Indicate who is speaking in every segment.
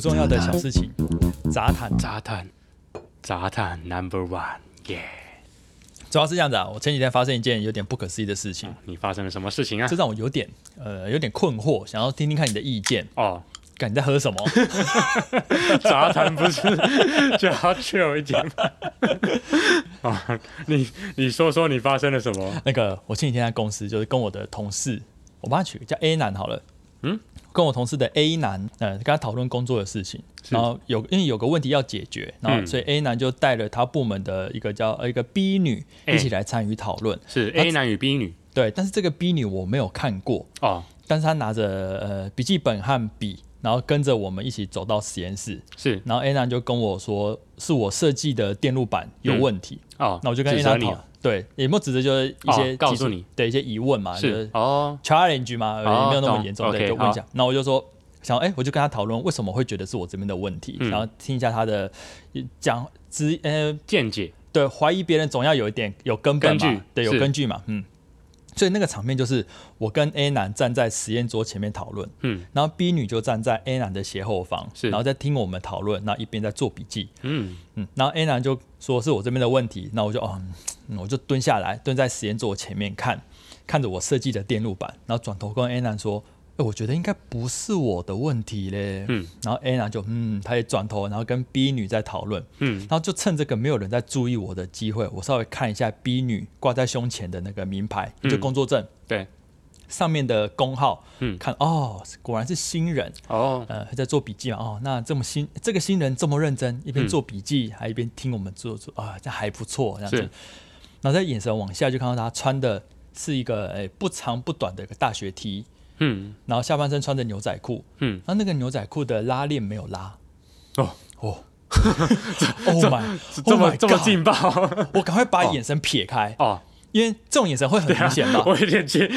Speaker 1: 重要的小事情，杂谈。
Speaker 2: 杂谈，杂谈 Number One，耶、
Speaker 1: 主要是这样子啊，我前几天发生一件有点不可思议的事情，
Speaker 2: 你发生了什么事情啊
Speaker 1: 嗯这？让我有点呃有点困惑，想要听听看你的意见。
Speaker 2: 哦，
Speaker 1: 干你在喝什 么？
Speaker 2: 杂谈不是就要 chill 一点吗？啊，你你说说你发生了什么？
Speaker 1: 那个我前几天在公司就是跟我的同事，我帮他取个叫 A 男好了。
Speaker 2: 嗯，
Speaker 1: 跟我同事的 A 男，呃，跟他讨论工作的事情，然后有因为有个问题要解决，然后
Speaker 2: 嗯
Speaker 1: 所以 A 男就带了他部门的一个叫呃一个 B 女
Speaker 2: 哎
Speaker 1: 一起来参与讨论。
Speaker 2: 是
Speaker 1: 那
Speaker 2: A 男与 B 女
Speaker 1: 对，但是这个 B 女我没有看过，
Speaker 2: 哦，
Speaker 1: 但是她拿着呃笔记本和笔，然后跟着我们一起走到实验室，
Speaker 2: 是
Speaker 1: 然后 A 男就跟我说是我设计的电路板有问题，
Speaker 2: 哦，
Speaker 1: 那我就跟
Speaker 2: 指
Speaker 1: A
Speaker 2: 责
Speaker 1: 男
Speaker 2: 你
Speaker 1: 讨啊
Speaker 2: 了
Speaker 1: 对有没有指责就是一些、
Speaker 2: 哦告诉你
Speaker 1: 的一些疑问嘛，就是
Speaker 2: 哦，
Speaker 1: challenge 嘛，也没有那么严重，
Speaker 2: 懂
Speaker 1: 对，
Speaker 2: OK，
Speaker 1: 就问一下。那我就说，想哎、我就跟他讨论为什么会觉得是我这边的问题，
Speaker 2: 嗯
Speaker 1: 然后听一下他的讲之呃，
Speaker 2: 见解
Speaker 1: 对，怀疑别人总要有一点有根本
Speaker 2: 根
Speaker 1: 嘛
Speaker 2: 据，
Speaker 1: 对，有
Speaker 2: 是
Speaker 1: 根据嘛，嗯。所以那个场面就是我跟 A 男站在实验桌前面讨论，
Speaker 2: 嗯，
Speaker 1: 然后 B 女就站在 A 男的斜后方，
Speaker 2: 是
Speaker 1: 然后在听我们讨论，那一边在做笔记，
Speaker 2: 嗯，
Speaker 1: 嗯，然后 A 男就说是我这边的问题，那我就哦、嗯，我就蹲下来，蹲在实验桌前面看，看着我设计的电路板，然后转头跟 A 男说，哎、我觉得应该不是我的问题嘞，
Speaker 2: 嗯，
Speaker 1: 然后 A 男就嗯，他也转头，然后跟 B 女在讨论，
Speaker 2: 嗯，
Speaker 1: 然后就趁这个没有人在注意我的机会，我稍微看一下 B 女挂在胸前的那个名牌，就
Speaker 2: 嗯
Speaker 1: 工作证、
Speaker 2: 对，
Speaker 1: 上面的工号，
Speaker 2: 嗯
Speaker 1: 看哦，果然是新人，
Speaker 2: 哦，
Speaker 1: 呃，还在做笔记嘛？哦，那这么新，这个新人这么认真，一
Speaker 2: 嗯
Speaker 1: 边做笔记、还一边听我们做做啊，这还不错这样子
Speaker 2: 是。
Speaker 1: 然后再眼神往下，就看到他穿的是一个诶、不长不短的一个大学 T，
Speaker 2: 嗯
Speaker 1: 然后下半身穿着牛仔裤，
Speaker 2: 嗯，
Speaker 1: 然后那个牛仔裤的拉链没有拉
Speaker 2: 哦，
Speaker 1: 哦，Oh my，
Speaker 2: 这
Speaker 1: oh
Speaker 2: 么
Speaker 1: my
Speaker 2: 这么
Speaker 1: God，
Speaker 2: 劲爆
Speaker 1: 我赶快把眼神撇开，
Speaker 2: 哦，
Speaker 1: 因为这种眼神会很 明显嘛。
Speaker 2: 我有点接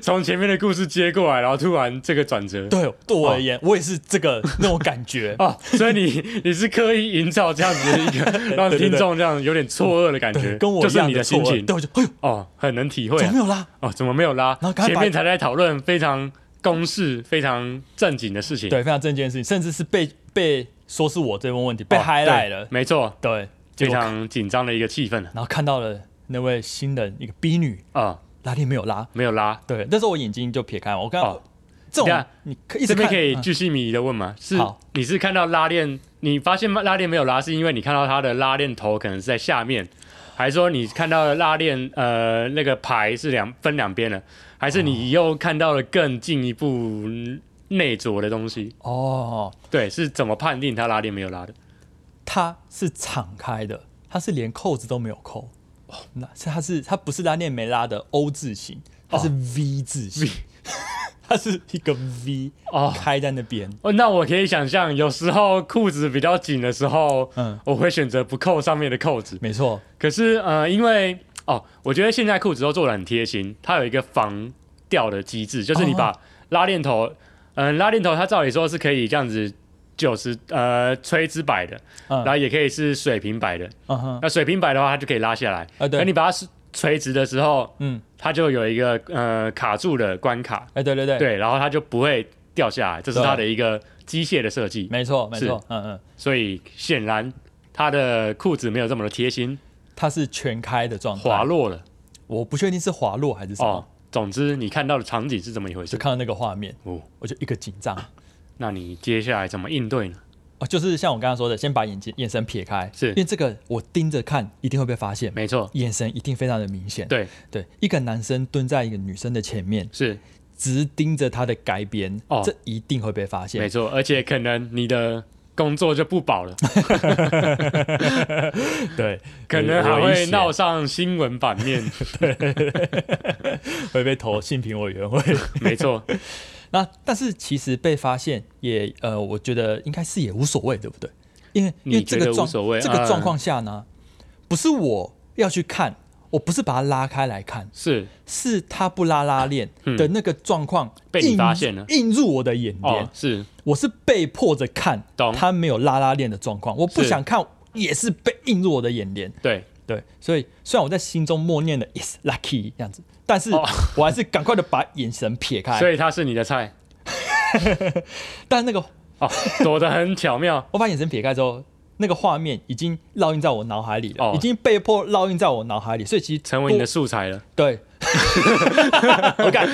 Speaker 2: 从前面的故事接过来，然后突然这个转折，。
Speaker 1: 对，对我而言，我也是这个那种感觉
Speaker 2: 哦，所以你 你是刻意营造这样子的一 个让听众这样有点错愕的感觉，
Speaker 1: 对，跟我
Speaker 2: 就
Speaker 1: 一
Speaker 2: 是
Speaker 1: 样
Speaker 2: 你的
Speaker 1: 错
Speaker 2: 心
Speaker 1: 愕
Speaker 2: 情
Speaker 1: 对，我就哎呦，
Speaker 2: 哦，很能体会
Speaker 1: 怎么
Speaker 2: 啊
Speaker 1: 没有拉？
Speaker 2: 哦，怎么没有拉
Speaker 1: 然后？赶快
Speaker 2: 前
Speaker 1: 把
Speaker 2: 面才在讨论非常公事、非常正经的事情，哦，
Speaker 1: 对，非常正经的事情，甚至是被被说是我这问问题被
Speaker 2: 被
Speaker 1: highlight 了，
Speaker 2: 没错，
Speaker 1: 对，结
Speaker 2: 哦非
Speaker 1: 果
Speaker 2: 常紧张的一个气氛啊
Speaker 1: 然后看到了那位新人一个 B 女，
Speaker 2: 哦
Speaker 1: 拉链没有拉，
Speaker 2: 没有拉。
Speaker 1: 对，那时候我眼睛就撇开，我刚
Speaker 2: 哦，
Speaker 1: 这
Speaker 2: 等
Speaker 1: 种
Speaker 2: 一下
Speaker 1: 你可一直
Speaker 2: 这边
Speaker 1: 看
Speaker 2: 可以
Speaker 1: 嗯
Speaker 2: 巨细靡遗的问吗？是
Speaker 1: 好
Speaker 2: 你是看到拉链，你发现拉链没有拉，是因为你看到它的拉链头可能是在下面，还是说你看到的拉链呃那个牌是两分两边的，还是你又看到了更进一步嗯内着的东西？
Speaker 1: 哦，
Speaker 2: 对，是怎么判定它拉链没有拉的？
Speaker 1: 它是敞开的，它是连扣子都没有扣，
Speaker 2: 哦
Speaker 1: 那是它是它不是拉链没拉的 O 字形，
Speaker 2: 哦
Speaker 1: 它是 V 字 形，它是一个 V
Speaker 2: 哦
Speaker 1: 开在那边，
Speaker 2: 哦，那我可以想象，有时候裤子比较紧的时候，
Speaker 1: 嗯
Speaker 2: 我会选择不扣上面的扣子。
Speaker 1: 没错，
Speaker 2: 可是呃，因为哦，我觉得现在裤子都做的很贴心，它有一个防掉的机制，就是你
Speaker 1: 哦
Speaker 2: 把拉链头，嗯、拉链头它照理说是可以这样子九十呃垂直摆的，
Speaker 1: 嗯
Speaker 2: 然后也可以是水平摆的。
Speaker 1: 嗯哼，
Speaker 2: 那水平摆的话，它就可以拉下来。
Speaker 1: 啊对
Speaker 2: 而你把它垂直的时候，
Speaker 1: 嗯，
Speaker 2: 它就有一个呃卡住的关卡，
Speaker 1: 哎，对对对，
Speaker 2: 对，然后它就不会掉下来，这是
Speaker 1: 对
Speaker 2: 它的一个机械的设计。
Speaker 1: 没错没
Speaker 2: 是
Speaker 1: 错，嗯嗯。
Speaker 2: 所以显然它的裤子没有这么的贴心，
Speaker 1: 它是全开的状态，
Speaker 2: 滑落了。
Speaker 1: 我不确定是滑落还是什么，
Speaker 2: 哦，总之你看到的场景是怎么一回
Speaker 1: 就
Speaker 2: 事？
Speaker 1: 看到那个画面，
Speaker 2: 哦，
Speaker 1: 我就一个紧张
Speaker 2: 那你接下来怎么应对呢？
Speaker 1: 哦，就是像我刚刚说的，先把眼睛眼神撇开，
Speaker 2: 是
Speaker 1: 因为这个我盯着看一定会被发现，
Speaker 2: 没错，
Speaker 1: 眼神一定非常的明显。
Speaker 2: 对，
Speaker 1: 对，一个男生蹲在一个女生的前面，
Speaker 2: 是
Speaker 1: 直盯着她的改边，
Speaker 2: 哦
Speaker 1: 这一定会被发
Speaker 2: 没
Speaker 1: 现。
Speaker 2: 错，而且可能你的工作就不保了，
Speaker 1: 对，
Speaker 2: 可能还
Speaker 1: 危
Speaker 2: 会
Speaker 1: 险
Speaker 2: 闹上新闻版面。
Speaker 1: 会被投性评委员会。
Speaker 2: 没错，
Speaker 1: 那但是其实被发现也呃，我觉得应该是也无所谓，对不对？因为因为
Speaker 2: 你觉
Speaker 1: 这
Speaker 2: 得
Speaker 1: 个状
Speaker 2: 无所谓
Speaker 1: 这个状
Speaker 2: 嗯
Speaker 1: 况下呢，不是我要去看，我不是把它拉开来看，
Speaker 2: 是
Speaker 1: 是他不拉拉链的那个状况
Speaker 2: 嗯被你
Speaker 1: 映
Speaker 2: 发现了
Speaker 1: 映入我的眼帘
Speaker 2: 哦，，是
Speaker 1: 我是被迫着看
Speaker 2: 懂
Speaker 1: 他没有拉拉链的状况，我不
Speaker 2: 是
Speaker 1: 想看，也是被映入我的眼帘。
Speaker 2: 对，
Speaker 1: 对，所以虽然我在心中默念的 “is lucky” 这样子，但是
Speaker 2: 哦
Speaker 1: 我 还是赶快的把眼神撇开。
Speaker 2: 所以它是你的菜。
Speaker 1: 但那个。
Speaker 2: 哦，躲得很巧妙
Speaker 1: 我把眼神撇开之后，那个画面已经烙印在我脑海里了，
Speaker 2: 哦
Speaker 1: 已经被迫烙印在我脑海里，所以其实
Speaker 2: 成为你的
Speaker 1: 多
Speaker 2: 素材了，
Speaker 1: 对。 我 感、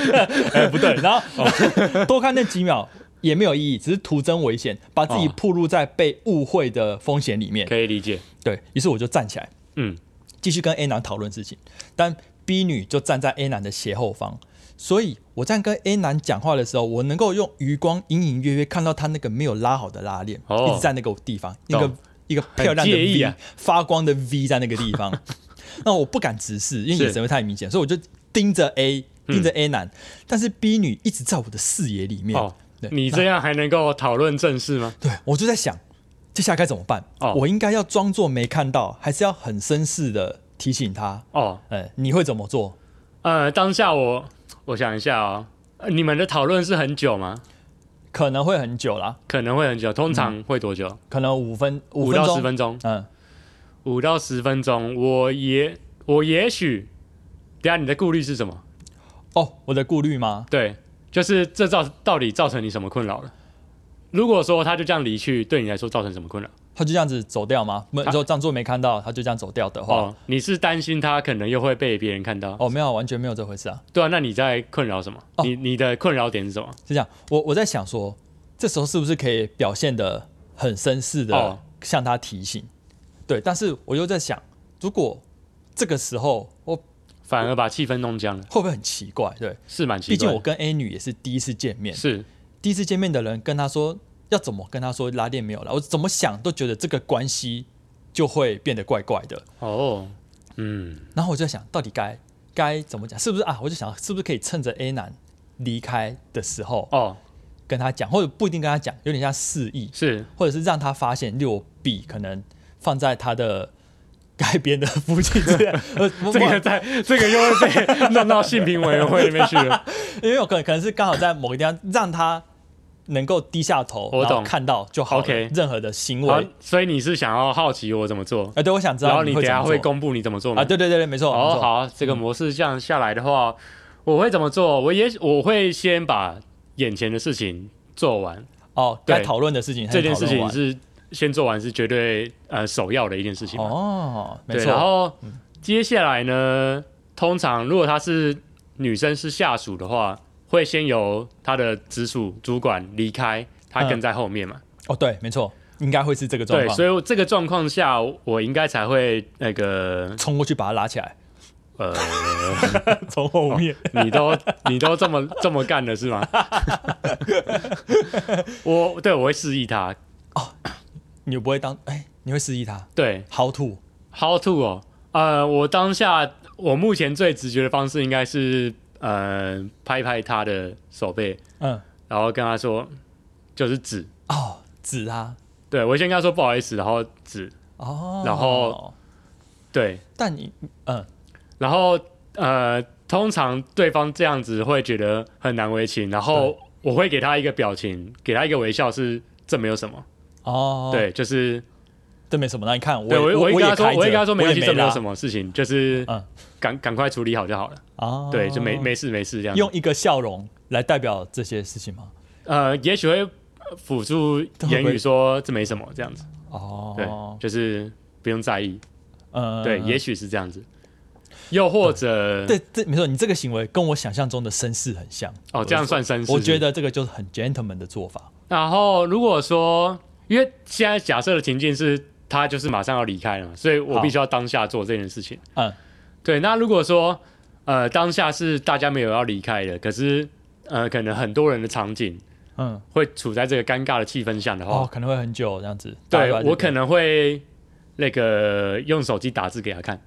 Speaker 1: 哎不对， 然后、
Speaker 2: 哦
Speaker 1: 多看那几秒也没有意义，只是徒增危险，把自己
Speaker 2: 哦
Speaker 1: 暴露在被误会的风险里面。
Speaker 2: 可以理解。
Speaker 1: 对于是，我就站起来，
Speaker 2: 嗯，
Speaker 1: 继续跟 A 男讨论事情，但 B 女就站在 A 男的斜后方，所以我在跟 A 男讲话的时候，我能够用余光隐隐约约看到他那个没有拉好的拉链，
Speaker 2: 哦
Speaker 1: 一直在那个地方，那个
Speaker 2: 懂
Speaker 1: 一个漂亮的
Speaker 2: 介意
Speaker 1: V，、
Speaker 2: 啊
Speaker 1: 发光的 V 在那个地 方，那我不敢直视，因为
Speaker 2: 是
Speaker 1: 眼神会太明显，所以我就盯着 A，
Speaker 2: 嗯
Speaker 1: 盯着 A 男，但是 B 女一直在我的视野里面，
Speaker 2: 哦
Speaker 1: 对，
Speaker 2: 你这样还能够讨论正 事吗？
Speaker 1: 对，我就在想，接下来该怎么办？
Speaker 2: 哦
Speaker 1: 我应该要装作没看到，还是要很绅士的提醒他？
Speaker 2: 哦，
Speaker 1: 呃，你会怎么做？
Speaker 2: 呃，当下我我想一下哦，呃你们的讨论是很久吗？
Speaker 1: 可能会很久啦，
Speaker 2: 可能会很久，通常会多久？
Speaker 1: 可能五分
Speaker 2: 五
Speaker 1: 分
Speaker 2: 到
Speaker 1: 钟
Speaker 2: 十，分钟，
Speaker 1: 嗯，
Speaker 2: 五到十分钟。我也我也许，等一下你的顾虑是什么？
Speaker 1: 哦，我的顾虑吗？
Speaker 2: 对，就是这造到底造成你什么困扰了？如果说他就这样离去，对你来说造成什么困扰？
Speaker 1: 他就这样子走掉吗？没，
Speaker 2: 他
Speaker 1: 就当做没看到，他就这样走掉的话，哦
Speaker 2: 哦，你是担心他可能又会被别人看到？
Speaker 1: 没有，完全没有这回事啊。
Speaker 2: 对啊，那你在困扰什么？
Speaker 1: 哦
Speaker 2: 你你的困扰点是什么？
Speaker 1: 是这样，我我在想说，这时候是不是可以表现的很绅士的
Speaker 2: 哦
Speaker 1: 向他提醒？对，但是我又在想，如果这个时候我
Speaker 2: 反而把气氛弄僵了，
Speaker 1: 会不会很奇怪？对，
Speaker 2: 是蛮奇
Speaker 1: 毕竟
Speaker 2: 怪
Speaker 1: 我
Speaker 2: 的。
Speaker 1: 跟 A 女也是第一次见面，
Speaker 2: 是
Speaker 1: 第一次见面的人跟她说要怎么跟她说拉链没有了，我怎么想都觉得这个关系就会变得怪怪的。
Speaker 2: 哦，嗯，
Speaker 1: 然后我就在想到底该该怎么讲，是不是啊？我就想是不是可以趁着 A 男离开的时候
Speaker 2: 哦，
Speaker 1: 跟他讲，或者不一定跟他讲，有点像示意，
Speaker 2: 是
Speaker 1: 或者是让他发现，例如我笔可能放在他的改编的附近之类 的，呃，不
Speaker 2: 这个在这个又会被弄到性平委员会里面去 了。
Speaker 1: 因为我可能可能是刚好在某个地方让他能够低下头，
Speaker 2: 我
Speaker 1: 然后
Speaker 2: 懂
Speaker 1: 看到就好了
Speaker 2: OK
Speaker 1: 任何的行
Speaker 2: 好
Speaker 1: 为。，
Speaker 2: 所以你是想要好奇我怎么做，
Speaker 1: 啊，对，我想知道。
Speaker 2: 然后你等
Speaker 1: 会
Speaker 2: 一
Speaker 1: 怎
Speaker 2: 下
Speaker 1: 么做
Speaker 2: 会公布你怎么做吗
Speaker 1: 啊？？对对对对，没错。没
Speaker 2: 哦，
Speaker 1: 错，
Speaker 2: 好啊，这个模式这样下来的话，我会怎么做？我也我会先把眼前的事情做完，
Speaker 1: 哦，
Speaker 2: 对
Speaker 1: 该讨论的事情还
Speaker 2: 这
Speaker 1: 是
Speaker 2: 件
Speaker 1: 讨
Speaker 2: 事
Speaker 1: 论
Speaker 2: 情
Speaker 1: 完
Speaker 2: 是先做完是绝对呃首要的一件事情嘛。
Speaker 1: 哦，没
Speaker 2: 对，然
Speaker 1: 错，
Speaker 2: 后接下来呢，通常如果她是女生是下属的话，会先由她的直属主管离开，她
Speaker 1: 嗯
Speaker 2: 跟在后面嘛。
Speaker 1: 哦，对，没错，应该会是这个状
Speaker 2: 对，
Speaker 1: 况。
Speaker 2: 所以我这个状况下，我应该才会那个
Speaker 1: 冲过去把他拉 起来，哦
Speaker 2: 呃，
Speaker 1: 从后面。
Speaker 2: 你都你都这么这么干了是吗？我对我会示意她，
Speaker 1: 你不会当哎，你会示意他
Speaker 2: 对
Speaker 1: how to
Speaker 2: ，how to 哦，呃，我当下我目前最直觉的方式应该是呃拍拍她的手背。
Speaker 1: 嗯
Speaker 2: 然后跟他说就是指，
Speaker 1: 哦，指他
Speaker 2: 对我先跟他说不好意思，然后指，
Speaker 1: 哦，
Speaker 2: 然后对，
Speaker 1: 但你嗯
Speaker 2: 然后呃，通常对方这样子会觉得很难为情，然后我会给他一个表情，给他一个微笑是，这没有什么，
Speaker 1: 哦，，
Speaker 2: 对，就是
Speaker 1: 这没什么。那你看，
Speaker 2: 对
Speaker 1: 也
Speaker 2: 我
Speaker 1: 我
Speaker 2: 我会跟他说，
Speaker 1: 我
Speaker 2: 我会跟他说没关系，这没有什
Speaker 1: 么
Speaker 2: 么事情，就是
Speaker 1: 嗯
Speaker 2: 赶赶快处理好就好了，
Speaker 1: 哦，
Speaker 2: 对，就没没事没事这样子，
Speaker 1: 用一个笑容来代表这些事情吗？
Speaker 2: 呃，也许会辅助言语说这没什么这样子，对
Speaker 1: 哦，，
Speaker 2: 就是不用在意，
Speaker 1: 嗯，
Speaker 2: 对，也许是这样子。又或者，
Speaker 1: 对，这没错，你这个行为跟我想象中的绅士很像。
Speaker 2: 哦，这样算绅士。
Speaker 1: 我觉。得这个就是很 gentleman 的做法。
Speaker 2: 然后如果说，因为现在假设的情境是他就是马上要离开了嘛，所以我
Speaker 1: 好
Speaker 2: 必须要当下做这件事情。
Speaker 1: 嗯，
Speaker 2: 对，那如果说呃当下是大家没有要离开的，可是呃可能很多人的场景
Speaker 1: 嗯，
Speaker 2: 会处在这个尴尬的气氛下的话，
Speaker 1: 哦，可能会很久这样子。大
Speaker 2: 对
Speaker 1: 概
Speaker 2: 我可能会那个用手机打字给他看。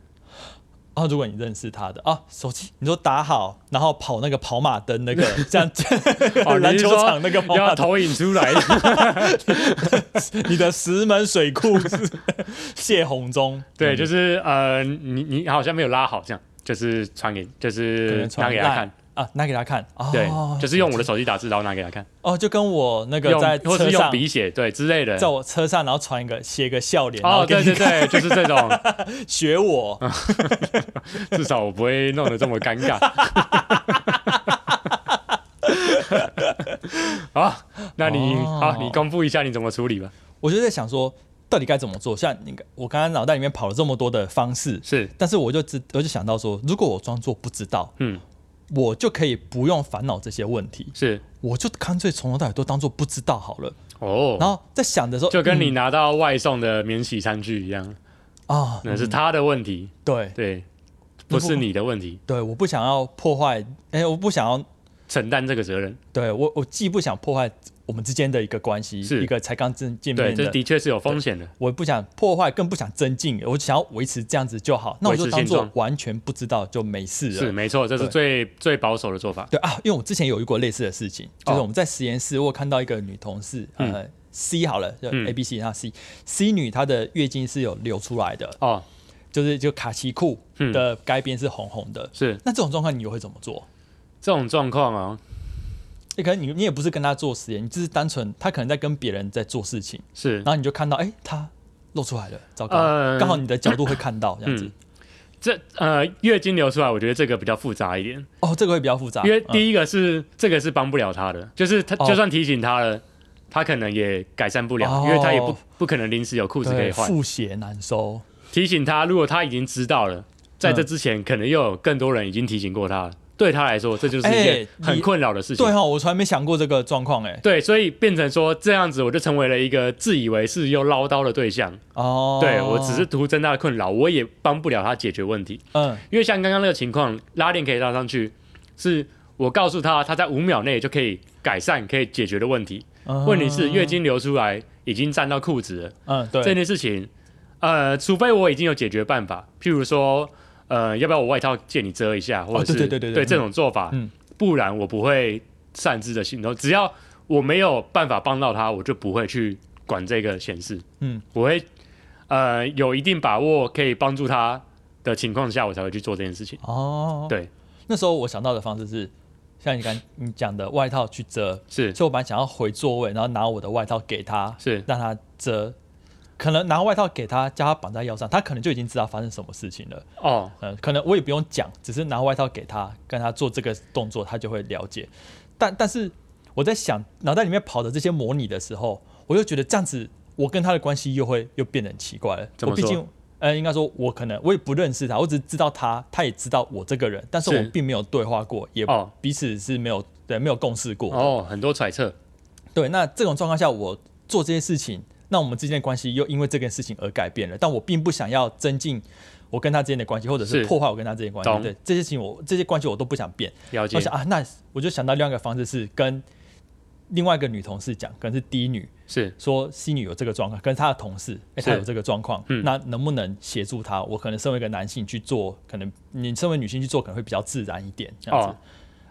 Speaker 1: 哦，如果你认识他的啊，手机你说打好，然后跑那个跑马灯 那个，这样
Speaker 2: 哦，
Speaker 1: 篮
Speaker 2: 你是
Speaker 1: 球
Speaker 2: 说
Speaker 1: 场那个跑马
Speaker 2: 要
Speaker 1: 灯，
Speaker 2: 投影出 来，
Speaker 1: 嗯你的石门水库 是谢红中，
Speaker 2: 对，
Speaker 1: 嗯
Speaker 2: 就是呃你你好像没有拉好这样。就是传给，就
Speaker 1: 可
Speaker 2: 是
Speaker 1: 能
Speaker 2: 拿
Speaker 1: 传
Speaker 2: 给他看，
Speaker 1: 啊，拿给他看哦，
Speaker 2: 对，就是用我的手机打字，然后拿给他看，
Speaker 1: 哦，就跟我那个
Speaker 2: 用
Speaker 1: 在
Speaker 2: 或
Speaker 1: 车
Speaker 2: 是用
Speaker 1: 上。
Speaker 2: 笔写，对之类的
Speaker 1: 在。我车上，然后传一个写个笑脸，然
Speaker 2: 哦
Speaker 1: 后，给
Speaker 2: 对
Speaker 1: 你
Speaker 2: 对嗯对，就是 这种，
Speaker 1: 学我，
Speaker 2: 至少我不会弄得这么尴尬。 好，那你、
Speaker 1: 哦
Speaker 2: 好，你公布一下你怎么处理吧。
Speaker 1: 我就在想说，到底该怎么做？像你，我刚刚脑袋里面跑了这么多的方式，
Speaker 2: 是，
Speaker 1: 但是我就知，我就想到说，如果我装作不知道，
Speaker 2: 嗯，
Speaker 1: 我就可以不用烦恼这些问题，
Speaker 2: 是，
Speaker 1: 我就干脆从头到尾都当做不知道好了。然
Speaker 2: 哦，
Speaker 1: 后嗯在想的时候，
Speaker 2: 就跟
Speaker 1: 嗯
Speaker 2: 你拿到外送的免洗餐具一样，
Speaker 1: 啊，
Speaker 2: 那是他的问题，
Speaker 1: 对
Speaker 2: 对，不是你的问题，
Speaker 1: 对，我不想要破坏，哎，我不想要，
Speaker 2: 承担这个责任。
Speaker 1: 对我我既不想破坏我们之间的一个关系，
Speaker 2: 是
Speaker 1: 一个才刚见见
Speaker 2: 对，
Speaker 1: 面
Speaker 2: 这
Speaker 1: 的，
Speaker 2: 的确是有风险的。
Speaker 1: 我不想破坏，更不想增进，我想要维持这样子就好，那我
Speaker 2: 维
Speaker 1: 就
Speaker 2: 持
Speaker 1: 当
Speaker 2: 现
Speaker 1: 做
Speaker 2: 状
Speaker 1: 完全不知道就没事了。
Speaker 2: 是没错，这是最最保守的做法。
Speaker 1: 对啊，因为我之前有遇过类似的事情，就是
Speaker 2: 哦
Speaker 1: 我们在实验室，我有看到一个女同事，呃，C 好了，就
Speaker 2: 嗯
Speaker 1: A B C，那 C，C 女她的月经是有流出来的，
Speaker 2: 哦，
Speaker 1: 就是就卡其裤
Speaker 2: 嗯
Speaker 1: 的该边是红红的。
Speaker 2: 是
Speaker 1: 那这种状况你会怎么做？
Speaker 2: 这种状况啊，
Speaker 1: 欸、可能你你也不是跟她做实验，你只是单纯她可能在跟别人在做事情，
Speaker 2: 是
Speaker 1: 然后你就看到哎、欸她露出来了，糟糕，
Speaker 2: 呃
Speaker 1: 刚好你的角度会看到这样子。
Speaker 2: 嗯这呃月经流出来，我觉得这个比较复杂一点，
Speaker 1: 哦，这个会比较复杂，
Speaker 2: 因为
Speaker 1: 嗯
Speaker 2: 第一个是、这个是帮不了他的，就是他
Speaker 1: 哦
Speaker 2: 就算提醒他了，他可能也改善不了，
Speaker 1: 哦
Speaker 2: 因为他也不不可能临时有裤子可
Speaker 1: 对
Speaker 2: 以换。
Speaker 1: 腹血难收。
Speaker 2: 提醒他，如果他已经知道了，在这之前可能又有更多人已经提醒过他了，对他来说这就是一
Speaker 1: 哎
Speaker 2: 件
Speaker 1: 你
Speaker 2: 很困扰的事情。
Speaker 1: 对哈、哦，我从来没想过这个状况哎。
Speaker 2: 对，所以变成说这样子，我就成为了一个自以为是又唠叨的对象。
Speaker 1: 哦，
Speaker 2: 对我只是徒增他的困扰，我也帮不了他解决问题。
Speaker 1: 嗯。
Speaker 2: 因为像刚刚那个情况，拉链可以拉上去，是我告诉他，他在五秒内就可以改善、可以解决的问题。
Speaker 1: 啊
Speaker 2: 问题
Speaker 1: 哦
Speaker 2: 是月经流出来已经沾到裤子了
Speaker 1: 嗯，对，
Speaker 2: 这件事情，呃，除非我已经有解决办法，譬如说，呃，要不要我外套借你遮一下，或者是、
Speaker 1: 哦对对对对对
Speaker 2: 这种做法，
Speaker 1: 嗯
Speaker 2: 不然我不会擅自的行动。只要我没有办法帮到他，我就不会去管这个显示。
Speaker 1: 嗯，
Speaker 2: 我会呃有一定把握可以帮助他的情况下，我才会去做这件事情。
Speaker 1: 哦，
Speaker 2: 对，
Speaker 1: 那时候我想到的方式是，像你刚你讲的外套去遮，
Speaker 2: 是
Speaker 1: 所以我本来想要回座位，然后拿我的外套给他，
Speaker 2: 是
Speaker 1: 让他遮。可能拿外套给他，叫他绑在腰上，他可能就已经知道发生什么事情了。
Speaker 2: 哦，
Speaker 1: 嗯，可能我也不用讲，只是拿外套给他，跟他做这个动作，他就会了解。但但是我在想，脑袋里面跑的这些模拟的时候，我又觉得这样子，我跟他的关系又会又变得很奇怪了。
Speaker 2: 怎
Speaker 1: 我
Speaker 2: 么
Speaker 1: 毕
Speaker 2: 说
Speaker 1: 竟，呃，应该说，我可能我也不认识他，我只知道他，他也知道我这个人，但是我
Speaker 2: 是
Speaker 1: 们并没有对话过，也
Speaker 2: 哦
Speaker 1: 彼此是没有对没有共事过的。
Speaker 2: 哦，很多揣测，
Speaker 1: 对，那这种状况下，我做这些事情，那我们之间的关系又因为这件事情而改变了，但我并不想要增进我跟他之间的关系，或者是
Speaker 2: 是
Speaker 1: 破坏我跟他之间的关系。
Speaker 2: 懂
Speaker 1: 对，这些事情我这些关系我都不想变。
Speaker 2: 了解
Speaker 1: 我想啊，那我就想到另外一个方式是跟另外一个女同事讲，可能是 D 女
Speaker 2: 是
Speaker 1: 说 C 女有这个状况，跟她的同事，哎、
Speaker 2: 是
Speaker 1: 她有这个状况，
Speaker 2: 嗯
Speaker 1: 那能不能协助她？我可能身为一个男性去做，可能你身为女性去做可能会比较自然一点，这样子。
Speaker 2: 哦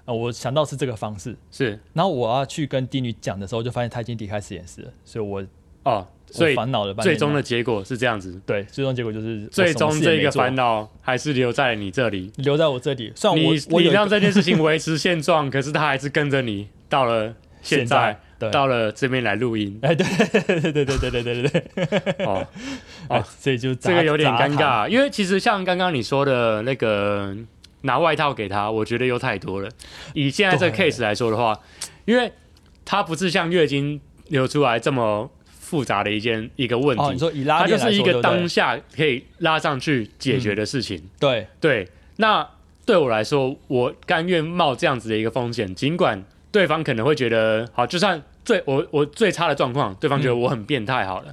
Speaker 1: 啊，我想到是这个方式，
Speaker 2: 是
Speaker 1: 然后我要去跟帝女讲的时候，就发现她已经离开实验室了，所以我
Speaker 2: 哦，所
Speaker 1: 我
Speaker 2: 以
Speaker 1: 烦恼了半天。
Speaker 2: 最终的结果是这样子，
Speaker 1: 对，最终结果就是我
Speaker 2: 最
Speaker 1: 什么
Speaker 2: 终
Speaker 1: 事也
Speaker 2: 这
Speaker 1: 没
Speaker 2: 个
Speaker 1: 做
Speaker 2: 烦恼还是留在你这里。
Speaker 1: 留在我这里。虽然我
Speaker 2: 你
Speaker 1: 我
Speaker 2: 你
Speaker 1: 有一
Speaker 2: 让
Speaker 1: 个
Speaker 2: 这件事情维持现状，可是他还是跟着你到了现在，
Speaker 1: 对，
Speaker 2: 到了这边来 录音
Speaker 1: 哎对对对对对对对对对，
Speaker 2: 哦，
Speaker 1: 哎所以就
Speaker 2: 这个有点
Speaker 1: 杂
Speaker 2: 尴。
Speaker 1: 杂谈
Speaker 2: 尬，因为其实像刚刚你说的那个拿外套给他，我觉得又太多了。以现在这个
Speaker 1: 对
Speaker 2: case 来说的话，因为它不是像月经流出来这么复杂的一件一个问
Speaker 1: 哦，你
Speaker 2: 题，
Speaker 1: 说以拉
Speaker 2: 它就
Speaker 1: 链来
Speaker 2: 是一
Speaker 1: 说，对嗯
Speaker 2: 个
Speaker 1: 不对
Speaker 2: 当下可以拉上去解决的事情。
Speaker 1: 对
Speaker 2: 对，那对我来说，我甘愿冒这样子的一个风险，尽管对方可能会觉得，好，就算最我我最差的状况，对方觉得我很变态， 好了，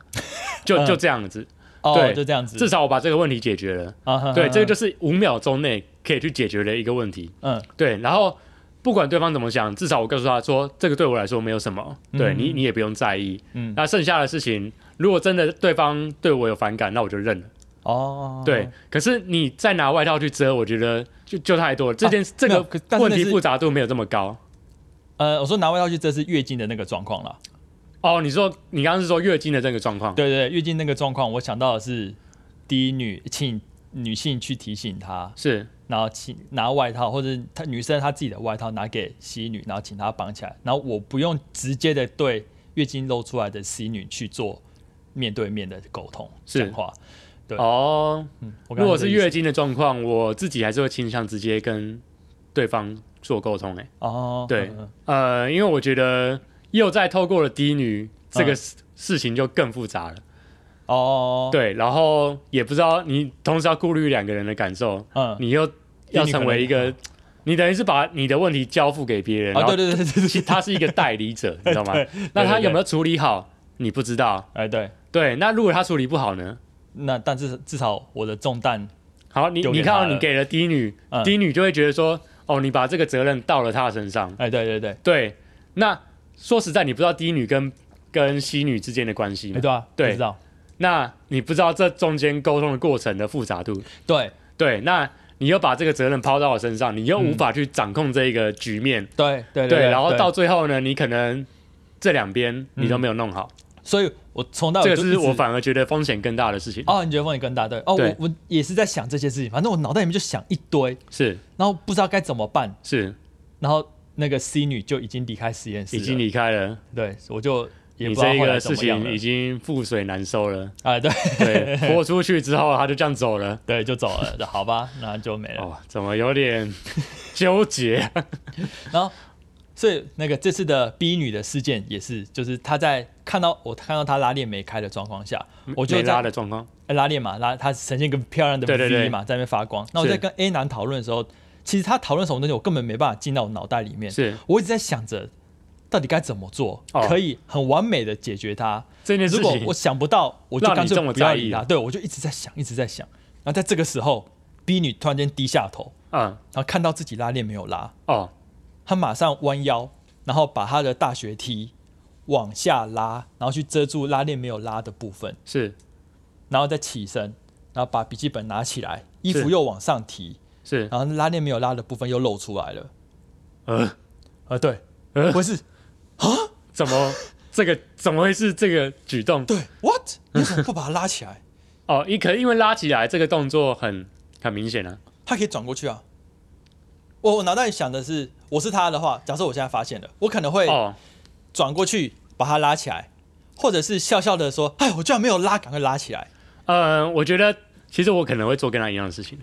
Speaker 2: 就就这样子，
Speaker 1: 哦，
Speaker 2: 对
Speaker 1: 就这样子
Speaker 2: 至。少我把这个问题解决了。
Speaker 1: 啊哈
Speaker 2: 对，这个就是是五秒钟内可以去解决的一个问题。
Speaker 1: 嗯
Speaker 2: 对，然后不管对方怎么想，至少我告诉他说，这个对我来说没有什么，对
Speaker 1: 嗯
Speaker 2: 你你也不用在意。
Speaker 1: 嗯
Speaker 2: 那剩下的事情，如果真的对方对我有反感，那我就认了。
Speaker 1: 哦，
Speaker 2: 对，可是你再拿外套去遮，我觉得就就太多了。这件、这
Speaker 1: 啊没有
Speaker 2: 个
Speaker 1: 可但是
Speaker 2: 问
Speaker 1: 那
Speaker 2: 题
Speaker 1: 是
Speaker 2: 复杂度没有这么高。
Speaker 1: 呃，我说拿外套去，这是月经的那个状况了。
Speaker 2: 哦，你说你刚刚是说月经的这个状况？
Speaker 1: 对对，对月经那个状况，我想到的是第一女，请女性去提醒她，
Speaker 2: 是
Speaker 1: 然后请拿外套，或者她女生她自己的外套拿给 C 女，然后请她绑起来，然后我不用直接的对月经露出来的 C 女去做面对面的沟通
Speaker 2: 是
Speaker 1: 讲话。对
Speaker 2: 哦，
Speaker 1: 嗯，我刚
Speaker 2: 如果
Speaker 1: 才
Speaker 2: 是
Speaker 1: 这个意
Speaker 2: 月经的状况，我自己还是会倾向直接跟对方做沟通、欸。哎，
Speaker 1: 哦，
Speaker 2: 对
Speaker 1: 嗯嗯
Speaker 2: 呃，因为我觉得又在透过了低女这个
Speaker 1: 嗯
Speaker 2: 事事情就更复杂了。
Speaker 1: 哦，，
Speaker 2: 对，然后也不知道你同时要顾虑两个人的感受，
Speaker 1: 嗯，
Speaker 2: 你又要成为一个，你等于是把你的问题交付给别人，然
Speaker 1: 啊，
Speaker 2: 后
Speaker 1: 嗯对对对对
Speaker 2: 其
Speaker 1: 对，
Speaker 2: 实他是一个代理者，你知道 吗？
Speaker 1: 对
Speaker 2: 那他
Speaker 1: 对
Speaker 2: 有没有处理好，你不知道。
Speaker 1: 哎对，
Speaker 2: 对，那如果他处理不好呢？
Speaker 1: 那但至至少我的重担，
Speaker 2: 好，你
Speaker 1: 丢给
Speaker 2: 你看到
Speaker 1: 他了
Speaker 2: 你给了低女，
Speaker 1: 嗯
Speaker 2: 低女就会觉得说，哦，你把这个责任到了她身上。
Speaker 1: 哎对对对，
Speaker 2: 对，那说实在，你不知道低女跟跟西女之间的关系嘛
Speaker 1: 哎对啊，
Speaker 2: 对
Speaker 1: 不知道，
Speaker 2: 那你不知道这中间沟通的过程的复杂度。
Speaker 1: 对
Speaker 2: 对，那你又把这个责任抛到我身上，你又无法去掌控这一个局面。
Speaker 1: 对嗯对嗯
Speaker 2: 对，然后到最后呢，你可能这两边你都没有弄好，
Speaker 1: 所以我从到
Speaker 2: 这
Speaker 1: 尾
Speaker 2: 个
Speaker 1: 哦就是一直
Speaker 2: 我反而觉得风险更大的事情。
Speaker 1: 哦，你觉得风险更大对？哦，
Speaker 2: 对
Speaker 1: 我我也是在想这些事情，反正我脑袋里面就想一堆，
Speaker 2: 是
Speaker 1: 然后不知道该怎么办，
Speaker 2: 是，
Speaker 1: 然后那个 C 女就已经离开实验室
Speaker 2: 已
Speaker 1: 了，
Speaker 2: 经离开了，
Speaker 1: 对，我就也
Speaker 2: 你
Speaker 1: 不知道
Speaker 2: 这一
Speaker 1: 后
Speaker 2: 个
Speaker 1: 来怎
Speaker 2: 事
Speaker 1: 么样
Speaker 2: 情
Speaker 1: 了
Speaker 2: 已，经覆水难 收了。
Speaker 1: 啊对
Speaker 2: 对，豁出去之后他就这样 走了，
Speaker 1: 对，就走了，好吧，那就没了。
Speaker 2: 哦，怎么有点纠结？
Speaker 1: 然后，所以那个这次的 B 女的事件也是，就是她在看到我看到她拉链没开的状况下，我就
Speaker 2: 嗯没
Speaker 1: 在
Speaker 2: 拉的状况，
Speaker 1: 哎拉链嘛，拉她呈现一个漂亮的
Speaker 2: 对对
Speaker 1: V
Speaker 2: 对
Speaker 1: 嘛，在那边发光。那我在
Speaker 2: 是
Speaker 1: 跟 A 男讨论的时候，其实他讨论什么东西，我根本没办法进到我脑袋里面，
Speaker 2: 是
Speaker 1: 我一直在想着。到底该怎么做，
Speaker 2: 哦
Speaker 1: 可以很完美的解决它？
Speaker 2: 这件
Speaker 1: 如
Speaker 2: 事
Speaker 1: 果
Speaker 2: 情
Speaker 1: 我，想不到，我就
Speaker 2: 让你
Speaker 1: 干脆
Speaker 2: 这么
Speaker 1: 不要
Speaker 2: 在
Speaker 1: 理
Speaker 2: 意
Speaker 1: 他。
Speaker 2: 啊了
Speaker 1: 对，我就一直在想，一直在想。然后在这个时候，B 女突然间低下头，
Speaker 2: 嗯，
Speaker 1: 然后看到自己拉链没有拉，
Speaker 2: 哦，
Speaker 1: 他马上弯腰，然后把他的大学梯往下拉，然后去遮住拉链没有拉的部分，
Speaker 2: 是
Speaker 1: 然后再起身，然后把笔记本拿起来，衣服
Speaker 2: 是
Speaker 1: 又往上提，
Speaker 2: 是，
Speaker 1: 然后拉链没有拉的部分又露出来了。
Speaker 2: 呃，
Speaker 1: 呃，对，
Speaker 2: 呃
Speaker 1: 不是，
Speaker 2: 怎么 这个怎么会是这个举动？
Speaker 1: 对，what？你怎么不把它拉起来？
Speaker 2: 哦，一可因为拉起来这个动作很很明显啊，
Speaker 1: 他可以转过去啊。我我脑袋里想的是，我是他的话，假设我现在发现了，我可能会
Speaker 2: 哦，
Speaker 1: 转过去把他拉起来，或者是笑笑的说：“哎，我居然没有拉，赶快拉起来，
Speaker 2: 呃，我觉得其实我可能会做跟他一样的事情。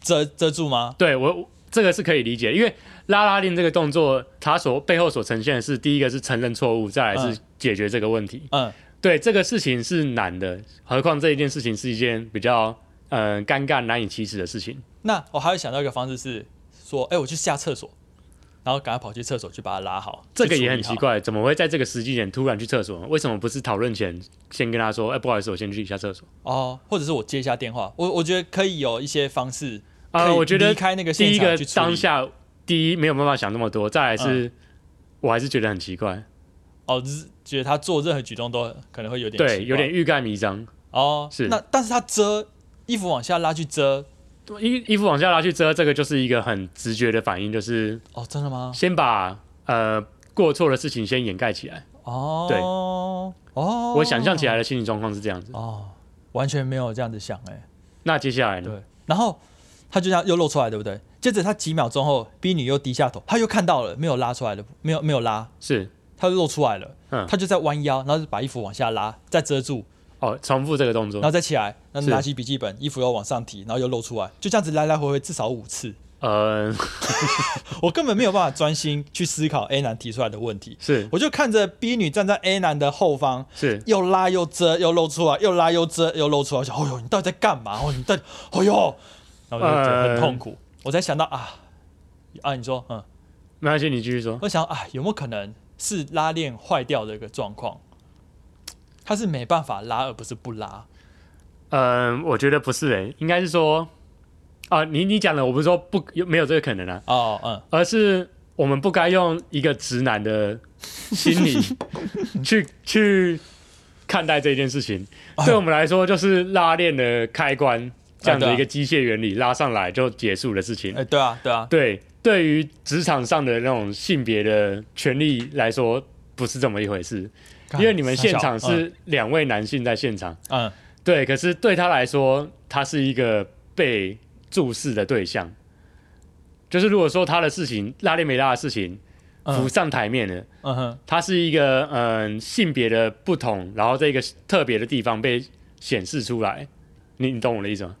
Speaker 1: 遮遮住吗？”
Speaker 2: 对我我这个是可以理解，因为拉拉链这个动作，它所背后所呈现的是第一个是承认错误，再来是
Speaker 1: 嗯
Speaker 2: 解决这个问题。
Speaker 1: 嗯，
Speaker 2: 对这个事情是难的，何况这一件事情是一件比较呃尴尬、难以启齿的事情。
Speaker 1: 那我还会想到一个方式是说，哎、我去下厕所，然后赶快跑去厕所去把它拉好。
Speaker 2: 这个
Speaker 1: 去处理
Speaker 2: 也很奇
Speaker 1: 好。
Speaker 2: 怪，怎么会在这个时机点突然去厕所？为什么不是讨论前先跟他说，哎、不好意思，我先去一下厕所？
Speaker 1: 哦，或者是我接一下电话，我我觉得可以有一些方式
Speaker 2: 啊、
Speaker 1: 可以
Speaker 2: 我觉得
Speaker 1: 离开那个现
Speaker 2: 第一
Speaker 1: 场
Speaker 2: 个
Speaker 1: 去处理嗯
Speaker 2: 当下，第一没有办法想那么多，再来是、我还是觉得很奇怪，
Speaker 1: 哦，就是觉得他做任何举动都可能会有点奇
Speaker 2: 对，
Speaker 1: 怪
Speaker 2: 有点欲盖弥彰。
Speaker 1: 哦。
Speaker 2: 是
Speaker 1: 那但是他遮衣服往下拉去遮，
Speaker 2: 衣衣服往下拉去遮，这个就是一个很直觉的反应，就是
Speaker 1: 哦，真的吗？
Speaker 2: 先把呃过错的事情先掩盖起来。
Speaker 1: 哦，
Speaker 2: 对
Speaker 1: 哦，
Speaker 2: 我想象起来的心理状况是这样子。
Speaker 1: 哦，完全没有这样子想哎、
Speaker 2: 那接下来呢？
Speaker 1: 对，然后他就这样又露出来，对不对？接着他几秒钟后，B 女又低下头，他又看到了没有拉出来的，没有没有拉，
Speaker 2: 是
Speaker 1: 他就露出来了，
Speaker 2: 嗯
Speaker 1: 他就在弯腰，然后就把衣服往下拉，再遮住，
Speaker 2: 哦，重复这个动
Speaker 1: 然
Speaker 2: 作
Speaker 1: 后。再起来，然后
Speaker 2: 是
Speaker 1: 拿起笔记本，衣服又往上提，然后又露出来，就这样子来来回回至少五次，
Speaker 2: 呃，
Speaker 1: 我根本没有办法专心去思考 A 男提出来的问题，
Speaker 2: 是
Speaker 1: 我就看着 B 女站在 A 男的后方。
Speaker 2: 是，
Speaker 1: 又拉又遮，又露出来，又拉又遮，又露出来。我想，哦呦，你到底在干嘛？哦，你到底，哦呦，然后我就觉得很痛苦。我才想到啊啊，你说，嗯，
Speaker 2: 没关系，你继续说。
Speaker 1: 我想啊，有没有可能是拉链坏掉的一个状况？它是没办法拉，而不是不拉。
Speaker 2: 嗯、我觉得不是诶、应该是说啊、你你讲的，我不是说不有没有这个可能啊，
Speaker 1: 哦，嗯，
Speaker 2: 而是我们不该用一个直男的心理去去看待这件事情。对我们来说，就是拉链的开关这样
Speaker 1: 啊对
Speaker 2: 的
Speaker 1: 啊
Speaker 2: 一个机械原理拉上来就结束的事情
Speaker 1: 哎、。对啊，对啊，
Speaker 2: 对，对于职场上的那种性别的权利来说，不是这么一回事，
Speaker 1: 哎
Speaker 2: 因为你们现场是两位男性在现场，
Speaker 1: 嗯，嗯
Speaker 2: 对，可是对他来说，他是一个被注视的对象。就是如果说他的事情拉链没拉的事情
Speaker 1: 嗯
Speaker 2: 浮上台面了，
Speaker 1: 嗯哼，
Speaker 2: 他是一个嗯、性别的不同，然后这个特别的地方被显示出来，你你懂我的意思吗？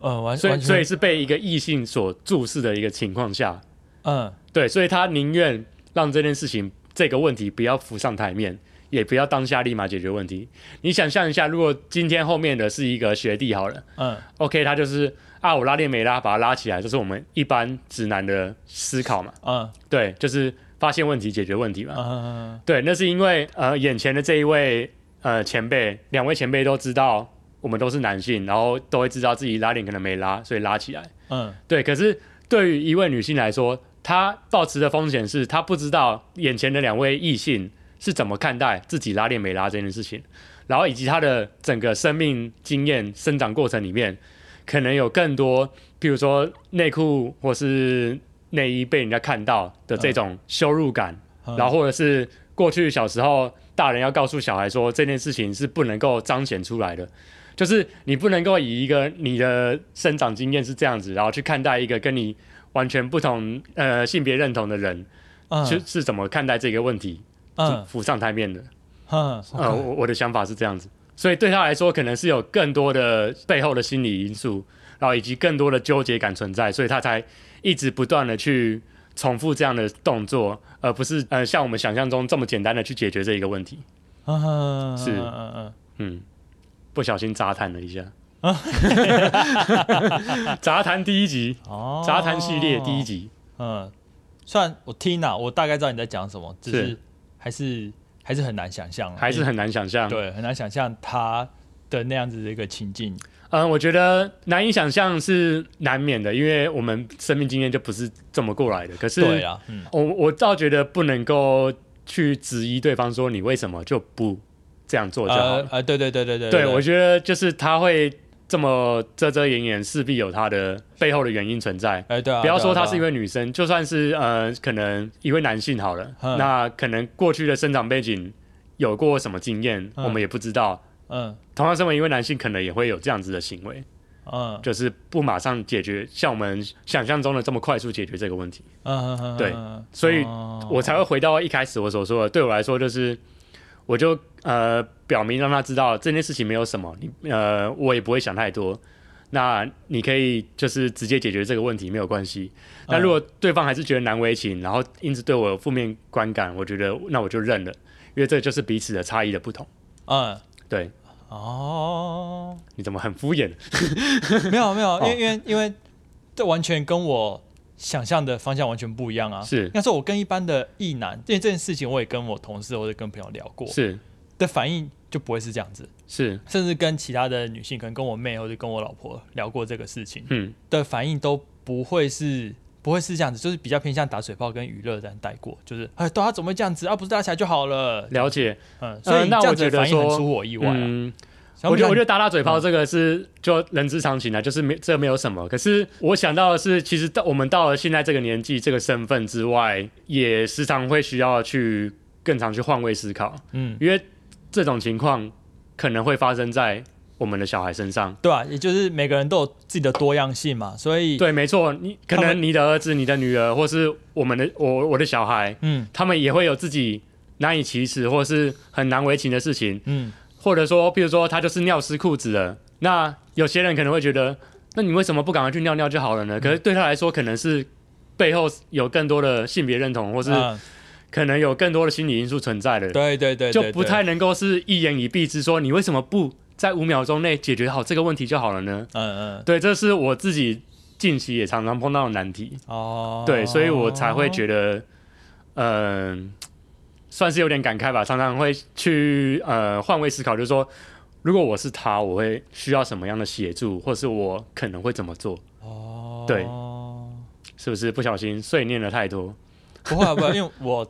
Speaker 1: 嗯，完，
Speaker 2: 所以
Speaker 1: 完全
Speaker 2: 所以是被一个异性所注视的一个情况下，
Speaker 1: 嗯，
Speaker 2: 对，所以他宁愿让这件事情、这个问题不要浮上台面，也不要当下立马解决问题。你想象一下，如果今天后面的是一个学弟好了
Speaker 1: 嗯，
Speaker 2: ，OK，他就是啊，我拉链没拉，把他拉起来，这是我们一般直男的思考嘛？
Speaker 1: 嗯，
Speaker 2: 对，就是发现问题、解决问题嘛。
Speaker 1: 嗯，
Speaker 2: 对，那是因为呃，眼前的这一位呃前辈，两位前辈都知道我们都是男性，然后都会知道自己拉链可能没拉，所以拉起来。
Speaker 1: 嗯，
Speaker 2: 对，可是对于一位女性来说，她抱持的风险是她不知道眼前的两位异性是怎么看待自己拉链没拉这件事情，然后以及她的整个生命经验、生长过程里面，可能有更多，譬如说内裤或是内衣被人家看到的这种羞辱感，
Speaker 1: 嗯
Speaker 2: 然后或者是过去小时候大人要告诉小孩说这件事情是不能够彰显出来的，就是你不能够以一个你的生长经验是这样子，然后去看待一个跟你完全不同呃性别认同的人
Speaker 1: 嗯，
Speaker 2: 是、是怎么看待这个问题，
Speaker 1: 嗯，
Speaker 2: 浮上台面的。
Speaker 1: 嗯，
Speaker 2: 呃，我我的想法是这样子，所以对他来说可能是有更多的背后的心理因素，然后以及更多的纠结感存在，所以他才一直不断的去重复这样的动作，而不是呃像我们想象中这么简单的去解决这一个问题。
Speaker 1: 嗯，
Speaker 2: 是
Speaker 1: 嗯嗯嗯，
Speaker 2: 嗯，不小心杂谈了一下。
Speaker 1: 啊
Speaker 2: 杂谈第一集，
Speaker 1: 哦，
Speaker 2: 杂谈系列第一，集，
Speaker 1: 嗯，虽然我听了，我大概知道你在讲什么，只是
Speaker 2: 是
Speaker 1: 还是还是很难想象啊，
Speaker 2: 还是很难想象。
Speaker 1: 对，很难想象他的那样子的一个情境，
Speaker 2: 嗯，我觉得难以想象是难免的，因为我们生命经验就不是这么过来的。可是，
Speaker 1: 对啊，嗯，
Speaker 2: 我我倒觉得不能够去质疑对方说你为什么就不这样做就好
Speaker 1: 呃
Speaker 2: 了。
Speaker 1: 呃，对对对对对，
Speaker 2: 对，我觉得就是他会这么遮遮掩掩，势必有他的背后的原因存在。
Speaker 1: 哎对啊，
Speaker 2: 不要说
Speaker 1: 对啊
Speaker 2: 她是一，位女生，就算是呃，可能一位男性好了，
Speaker 1: 嗯
Speaker 2: 那可能过去的生长背景有过什么经验，
Speaker 1: 嗯
Speaker 2: 我们也不知道。
Speaker 1: 对啊
Speaker 2: 同样，身为一位男性，可能也会有这样子的行为，
Speaker 1: 嗯嗯
Speaker 2: 就是不马上解决，像我们想象中的这么快速解决这个问题。
Speaker 1: 嗯嗯，
Speaker 2: 对
Speaker 1: 嗯
Speaker 2: 所以
Speaker 1: 哦
Speaker 2: 我才会回到一开始我所说的，对我来说就是，我就呃表明让他知道这件事情没有什么，你呃我也不会想太多。那你可以就是直接解决这个问题，没有关系。那
Speaker 1: 哦
Speaker 2: 如果对方还是觉得难为情，然后因此对我有负面观感，我觉得那我就认了，因为这就是彼此的差异的不同。
Speaker 1: 嗯
Speaker 2: 对，
Speaker 1: 哦，
Speaker 2: 你怎么很敷衍？
Speaker 1: 没有 没
Speaker 2: 哦
Speaker 1: 有，因为因为因为这完全跟我想象的方向完全不一样啊。
Speaker 2: 是
Speaker 1: 那时候我跟一般的异男，因为这件事情我也跟我同事或者跟朋友聊过，
Speaker 2: 是
Speaker 1: 的反应就不会是这样子，
Speaker 2: 是，
Speaker 1: 甚至跟其他的女性，可能跟我妹或者跟我老婆聊过这个事情
Speaker 2: 嗯
Speaker 1: 的反应都不会是。不会是这样子，就是比较偏向打水泡跟娱乐这样带过，就是哎，对啊，怎么会这样子啊？不是搭起来就好了，
Speaker 2: 了解。
Speaker 1: 嗯，所以你
Speaker 2: 呃那
Speaker 1: 这样
Speaker 2: 我
Speaker 1: 子的
Speaker 2: 觉得
Speaker 1: 反应很
Speaker 2: 说
Speaker 1: 出我意外、啊。
Speaker 2: 嗯，
Speaker 1: 想
Speaker 2: 我觉得嗯
Speaker 1: 不
Speaker 2: 我
Speaker 1: 然
Speaker 2: 觉得打打嘴炮这个是就人之常情啊，就是没这没有什么。可是我想到的是，其实到我们到了现在这个年纪、这个身份之外，也时常会需要去更常去换位思考，
Speaker 1: 嗯，
Speaker 2: 因为这种情况可能会发生在我们的小孩身上。
Speaker 1: 对啊，也就是每个人都有自己的多样性嘛，所以
Speaker 2: 对，没错，你可
Speaker 1: 他们
Speaker 2: 能你的儿子、你的女儿，或是我们的我我的小孩，
Speaker 1: 嗯
Speaker 2: 他们也会有自己难以启齿或是很难为情的事情。
Speaker 1: 嗯
Speaker 2: 或者说，譬如说他就是尿湿裤子了，那有些人可能会觉得，那你为什么不赶快去尿尿就好了
Speaker 1: 嗯
Speaker 2: 呢？可是对他来说，可能是背后有更多的性别认同，或是
Speaker 1: 嗯
Speaker 2: 可能有更多的心理因素存在的，
Speaker 1: 对对对，
Speaker 2: 就
Speaker 1: 对
Speaker 2: 不太能够是一言以蔽之说，你为什么不在五秒钟内解决好这个问题就好了呢？
Speaker 1: 对嗯嗯
Speaker 2: 对，这是我自己近期也常常碰到的难题，
Speaker 1: 哦，
Speaker 2: 对，所以我才会觉得，嗯、算是有点感慨吧，常常会去呃换位思考，就是说，如果我是他，我会需要什么样的协助，或是我可能会怎么做，
Speaker 1: 哦，
Speaker 2: 对是不是不小心碎念了太多？
Speaker 1: 不会啊不会啊，因为我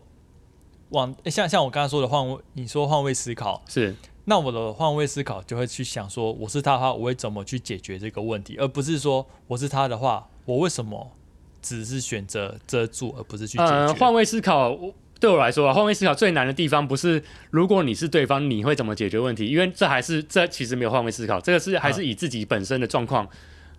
Speaker 1: 往诶像像我刚刚说的换位，你说换位思考，
Speaker 2: 是
Speaker 1: 那我的换位思考就会去想说，我是他的话，我会怎么去解决这个问题，而不是说我是他的话，我为什么只是选择遮住，而不是去解
Speaker 2: 呃，
Speaker 1: 决？
Speaker 2: 换位思考我对我来说啊，换位思考最难的地方不是如果你是对方，你会怎么解决问题，因为这还是这其实没有换位思考，这个是还是以自己本身的状况、
Speaker 1: 啊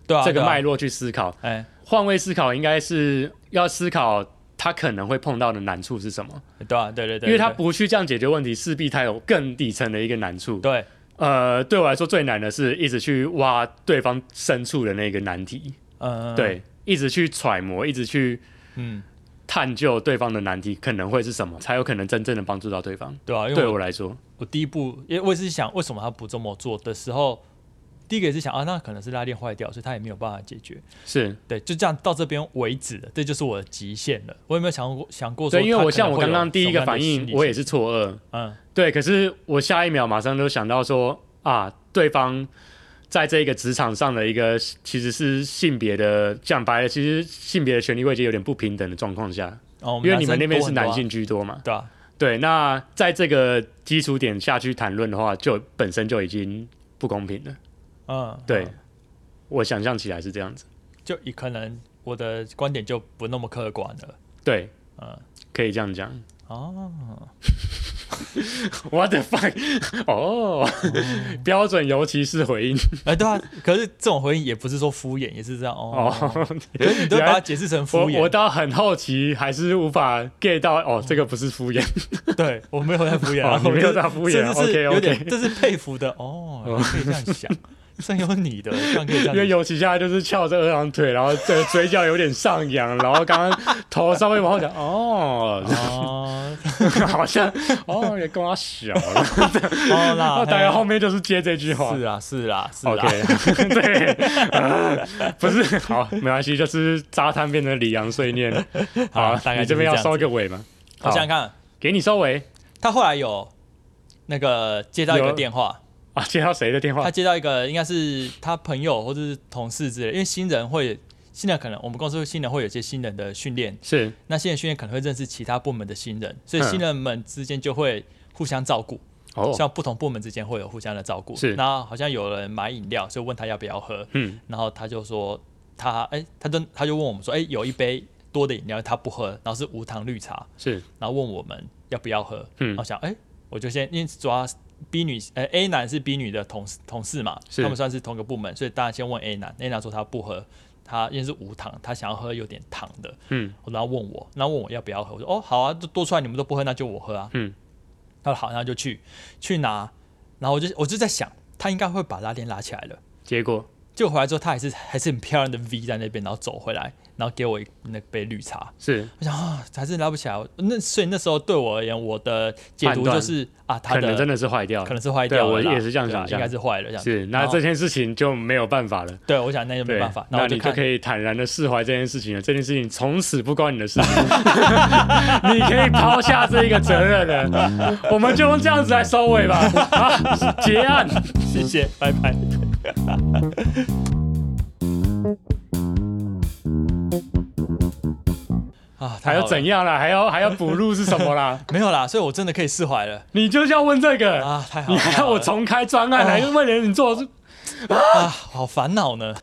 Speaker 1: 对啊，
Speaker 2: 这个
Speaker 1: 对啊
Speaker 2: 脉络去思考。
Speaker 1: 哎，
Speaker 2: 换位思考应该是要思考他可能会碰到的难处是什么，
Speaker 1: 对啊，对对对，
Speaker 2: 因为他
Speaker 1: 对
Speaker 2: 不去这样解决问题，势必他有更底层的一个难处。
Speaker 1: 对，
Speaker 2: 呃，对我来说最难的是一直去挖对方深处的那个难题，
Speaker 1: 嗯，嗯，
Speaker 2: 对，一直去揣摩，一直去
Speaker 1: 嗯
Speaker 2: 探究对方的难题可能会是什么，才有可能真正的帮助到对方。
Speaker 1: 对啊，因为
Speaker 2: 对
Speaker 1: 我
Speaker 2: 我来说，
Speaker 1: 我第一步，因为我也是想为什么他不这么做的时候，第一个也是想啊，那可能是拉链坏掉，所以他也没有办法解决。
Speaker 2: 是
Speaker 1: 对，就这样到这边为止了，这就是我的极限了。我有没有想过想过说
Speaker 2: 对，
Speaker 1: 他可
Speaker 2: 因
Speaker 1: 能
Speaker 2: 为
Speaker 1: 会
Speaker 2: 我
Speaker 1: 有什
Speaker 2: 像
Speaker 1: 么样的心理倾向，
Speaker 2: 我刚刚第一个反应，我也是错愕。
Speaker 1: 嗯，
Speaker 2: 对，可是我下一秒马上就想到说啊，对方在这个职场上的一个其实是性别的，讲白了，其实性别的权利位阶有点不平等的状况下，
Speaker 1: 哦，我
Speaker 2: 因
Speaker 1: 男
Speaker 2: 为你们
Speaker 1: 生
Speaker 2: 那
Speaker 1: 多
Speaker 2: 边是
Speaker 1: 很多啊
Speaker 2: 男，性居多嘛。
Speaker 1: 对啊，
Speaker 2: 对，那在这个基础点下去谈论的话，就本身就已经不公平了。
Speaker 1: 嗯，
Speaker 2: 对，
Speaker 1: 嗯
Speaker 2: 我想象起来是这样子。
Speaker 1: 就也可能我的观点就不那么客观了。
Speaker 2: 对，
Speaker 1: 嗯
Speaker 2: 可以这样讲。
Speaker 1: 哦，
Speaker 2: What the fuck？哦，
Speaker 1: 嗯
Speaker 2: 标准尤其是回应
Speaker 1: 哎、对啊，可是这种回应也不是说敷衍，也是这样哦。
Speaker 2: 哦。
Speaker 1: 可是你都把它解释成敷
Speaker 2: 我
Speaker 1: 衍，嗯
Speaker 2: 我倒很好奇，还是无法 get 到哦，这个不是 敷衍，
Speaker 1: 对我没有在敷衍啊
Speaker 2: 哦，你没
Speaker 1: 我就
Speaker 2: 有
Speaker 1: 是
Speaker 2: 在敷衍
Speaker 1: 甚至是
Speaker 2: OK，OK
Speaker 1: 有点这是佩服的哦，原来可以这样想，真有你的，这样可以这
Speaker 2: 因
Speaker 1: 样
Speaker 2: 为
Speaker 1: 想。
Speaker 2: 尤其现在就是翘着二郎腿，然后这个嘴角有点上扬，然后刚刚头稍微往后讲，哦，
Speaker 1: 哦，
Speaker 2: 好像哦也跟我小了，
Speaker 1: 哦
Speaker 2: 然
Speaker 1: 啦，
Speaker 2: 后大概
Speaker 1: 嘿
Speaker 2: 后面就是接这句 话
Speaker 1: 是。啊，是啦，是啦，
Speaker 2: OK，对，呃不是好，没关系，就是沙滩变成里昂 碎念。好，
Speaker 1: 大概
Speaker 2: 你
Speaker 1: 就
Speaker 2: 这
Speaker 1: 是
Speaker 2: 边要
Speaker 1: 这样
Speaker 2: 收
Speaker 1: 子
Speaker 2: 个尾吗？
Speaker 1: 我想想看，
Speaker 2: 给你收尾
Speaker 1: 他后来有那个接到一个
Speaker 2: 有
Speaker 1: 电话，
Speaker 2: 啊，接到谁的电话
Speaker 1: 他？接到一个应该是他朋友或者是同事之类，因为新人会新人可能我们公司新人会有一些新人的训练，
Speaker 2: 是
Speaker 1: 那新人训练可能会认识其他部门的新人，所以
Speaker 2: 嗯
Speaker 1: 新人们之间就会互相照顾。
Speaker 2: 哦，
Speaker 1: 像不同部门之间会有互相的照顾。
Speaker 2: 是
Speaker 1: 那好像有人买饮料，就问他要不要喝，
Speaker 2: 嗯，
Speaker 1: 然后他就说他哎、他就他就问我们说，哎、有一杯多的饮料他不喝，然后是无糖绿茶，
Speaker 2: 是
Speaker 1: 然后问我们要不要喝。
Speaker 2: 嗯
Speaker 1: 然后想哎、我就先因为主要 B 女呃 A 男是 B 女的同事同事嘛，
Speaker 2: 是
Speaker 1: 他们算是同个部门，所以大家先问 A 男，A 男说他不喝。他因为是无糖，他想要喝有点糖的，
Speaker 2: 嗯，
Speaker 1: 然后问我，然后问我要不要喝，我说哦好啊，就多出来你们都不喝，那就我喝啊，
Speaker 2: 嗯，
Speaker 1: 他说好，然后就去去拿，然后我就我就在想，他应该会把拉链拉起来了。
Speaker 2: 结果
Speaker 1: 结果回来之后，他还是还是很漂亮的 V 在那边，然后走回来，然后给我一那杯绿茶。
Speaker 2: 是
Speaker 1: 我想啊，还是拉不起来。那所以那时候对我而言，我的解读
Speaker 2: 判断
Speaker 1: 就是啊，他
Speaker 2: 可
Speaker 1: 的
Speaker 2: 能真的是坏掉了，
Speaker 1: 可能是坏掉了啦，
Speaker 2: 对我也是这样
Speaker 1: 对啊
Speaker 2: 想象
Speaker 1: 应该是坏了这样。
Speaker 2: 是那
Speaker 1: 然后
Speaker 2: 这件事情就没有办法了，
Speaker 1: 对我想那就
Speaker 2: 对，
Speaker 1: 没办法，然后
Speaker 2: 那
Speaker 1: 我就
Speaker 2: 你
Speaker 1: 看
Speaker 2: 就可以坦然的释怀这件事情了。这件事情从此不关你的事 情，你可以抛下这一个责任了。我们就用这样子来收尾吧，啊，结案。
Speaker 1: 谢谢，拜拜。 啊，太好
Speaker 2: 还要
Speaker 1: 了
Speaker 2: 怎样啦？还要还要补录是什么啦？
Speaker 1: 没有啦，所以我真的可以释怀了
Speaker 2: 你就是要问这个，
Speaker 1: 啊！太好
Speaker 2: 你
Speaker 1: 了，
Speaker 2: 还要我
Speaker 1: 从
Speaker 2: 重开专案来为了你做
Speaker 1: 啊，好烦恼呢。